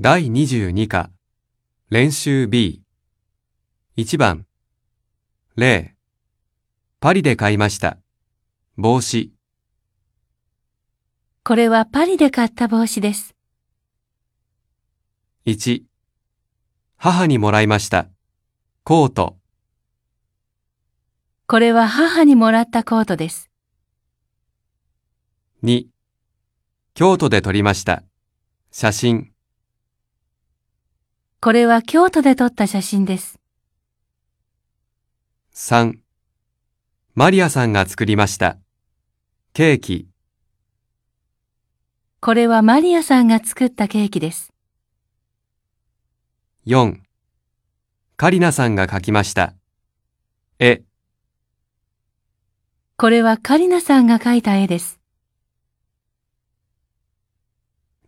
第22課、練習 B。1番、0。パリで買いました。帽子、これはパリで買った帽子です。 1。母にもらいました。コート、これは母にもらったコートです。 2。京都で撮りました。写真、これは京都で撮った写真です。 3。マリアさんが作りました。ケーキ、これはマリアさんが作ったケーキです。 4。カリナさんが描きました。絵、これはカリナさんが描いた絵です。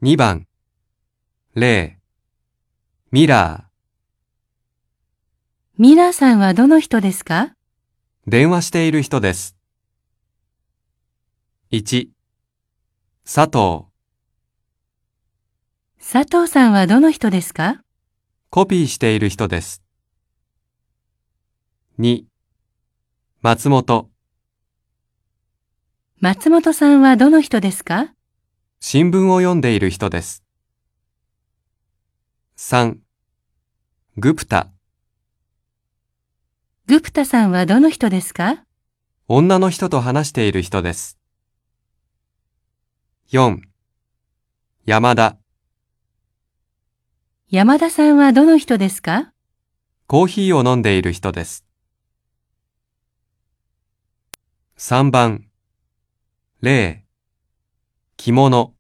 2番、0。ミラー。ミラーさんはどの人ですか電話している人です。1、佐藤、佐藤さんはどの人ですかコピーしている人です。2、松本、松本さんはどの人ですか新聞を読んでいる人です。3、グプタ、グプタさんはどの人ですか女の人と話している人です。4、山田、山田さんはどの人ですかコーヒーを飲んでいる人です。3番、0、着物、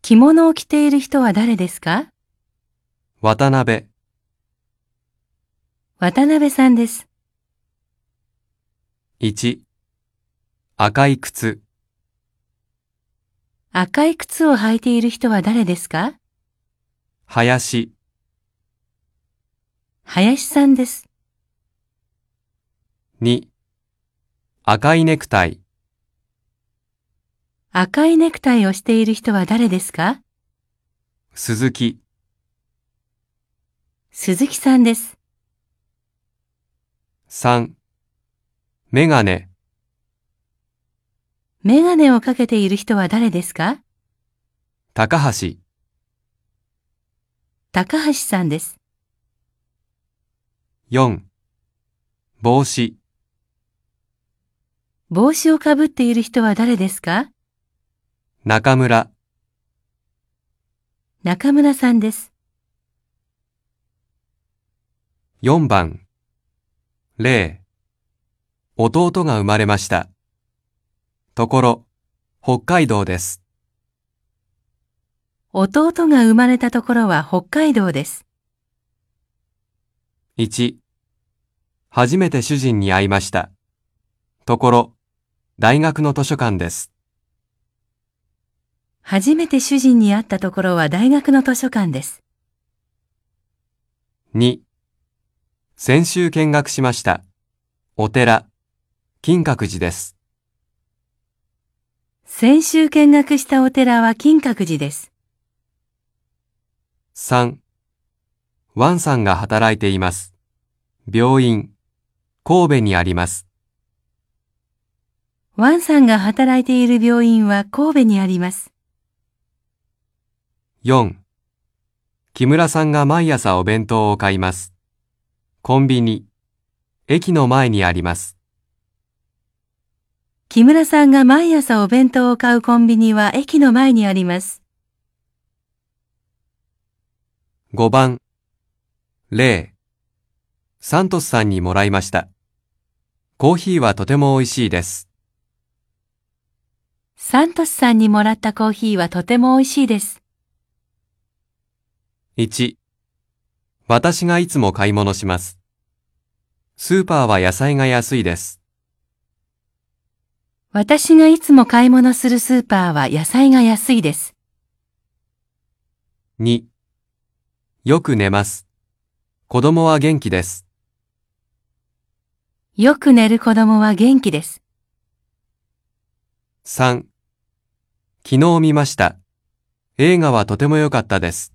着物を着ている人は誰ですか渡辺、渡辺さんです。 1、赤い靴、赤い靴を履いている人は誰ですか林、林さんです。 2、赤いネクタイ、赤いネクタイをしている人は誰ですか鈴木、鈴木さんです。 3、メガネ、メガネをかけている人は誰ですか高橋、高橋さんです。 4、帽子、帽子をかぶっている人は誰ですか中村、中村さんです。 4番、0、弟が生まれました。ところ、北海道です。弟が生まれたところは北海道です。 1、初めて主人に会いました。ところ、大学の図書館です。初めて主人に会ったところは大学の図書館です。 2、先週見学しました。お寺、金閣寺です。先週見学したお寺は金閣寺です。 3、ワンさんが働いています。病院、神戸にあります。ワンさんが働いている病院は神戸にあります。 4. 木村さんが毎朝お弁当を買います。コンビニ。駅の前にあります。木村さんが毎朝お弁当を買うコンビニは駅の前にあります。 5番。0. サントスさんにもらいました。コーヒーはとても美味しいです。サントスさんにもらったコーヒーはとても美味しいです。 1. 私がいつも買い物します。スーパーは野菜が安いです。私がいつも買い物するスーパーは野菜が安いです。 2. よく寝ます。子供は元気です。よく寝る子供は元気です。 3. 昨日見ました。映画はとても良かったです。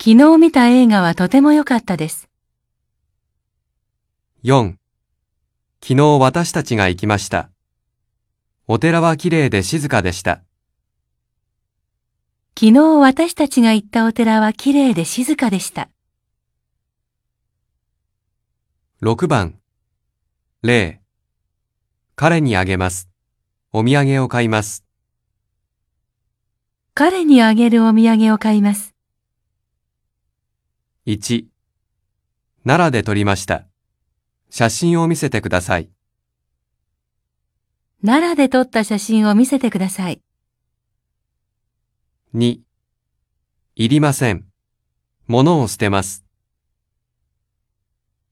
昨日見た映画はとても良かったです。 4. 昨日私たちが行きました。お寺は綺麗で静かでした。昨日私たちが行ったお寺は綺麗で静かでした。 6番。0. 彼にあげます。お土産を買います。彼にあげるお土産を買います。 1. 奈良で撮りました。写真を見せてください。奈良で撮った写真を見せてください。 2. いりません。物を捨てます。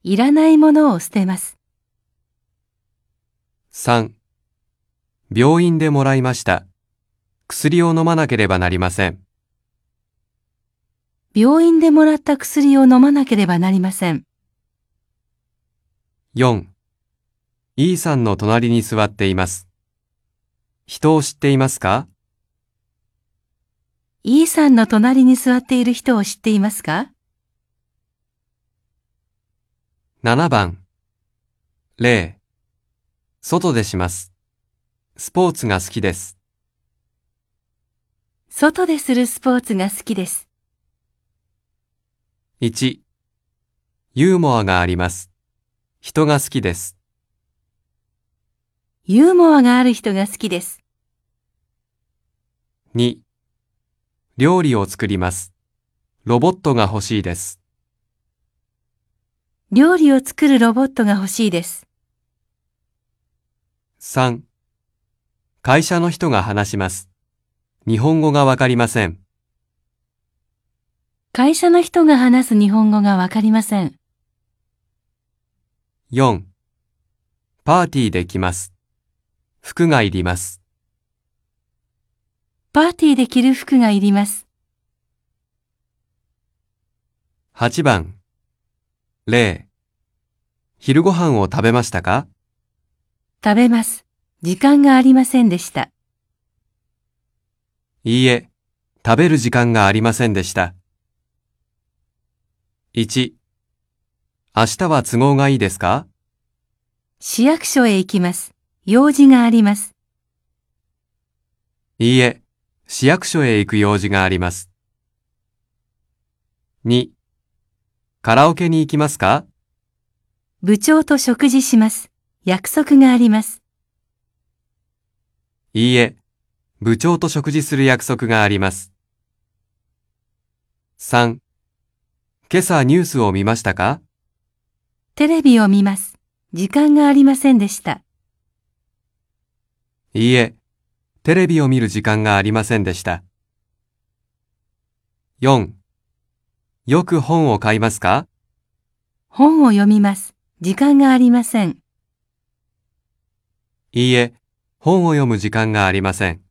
いらないものを捨てます。 3. 病院でもらいました。薬を飲まなければなりません。病院でもらった薬を飲まなければなりません。 4. E さんの隣に座っています。人を知っていますか E さんの隣に座っている人を知っていますか ?7 番。0. 外でします。スポーツが好きです。外でするスポーツが好きです。 1. ユーモアがあります。人が好きです。ユーモアがある人が好きです。 2. 料理を作ります。ロボットが欲しいです。料理を作るロボットが欲しいです。 3. 会社の人が話します。日本語がわかりません。会社の人が話す日本語がわかりません。 4. パーティーで来ます。服がいります。パーティーで着る服がいります。 8番。0. 昼ご飯を食べましたか食べます。時間がありませんでした。いいえ、食べる時間がありませんでした。1. 明日は都合がいいですか市役所へ行きます。用事があります。いいえ、市役所へ行く用事があります。2. カラオケに行きますか部長と食事します。約束があります。いいえ、部長と食事する約束があります。3. 今朝ニュースを見ましたかテレビを見ます。時間がありませんでした。いいえ、テレビを見る時間がありませんでした。4. よく本を買いますか本を読みます。時間がありません。いいえ、本を読む時間がありません。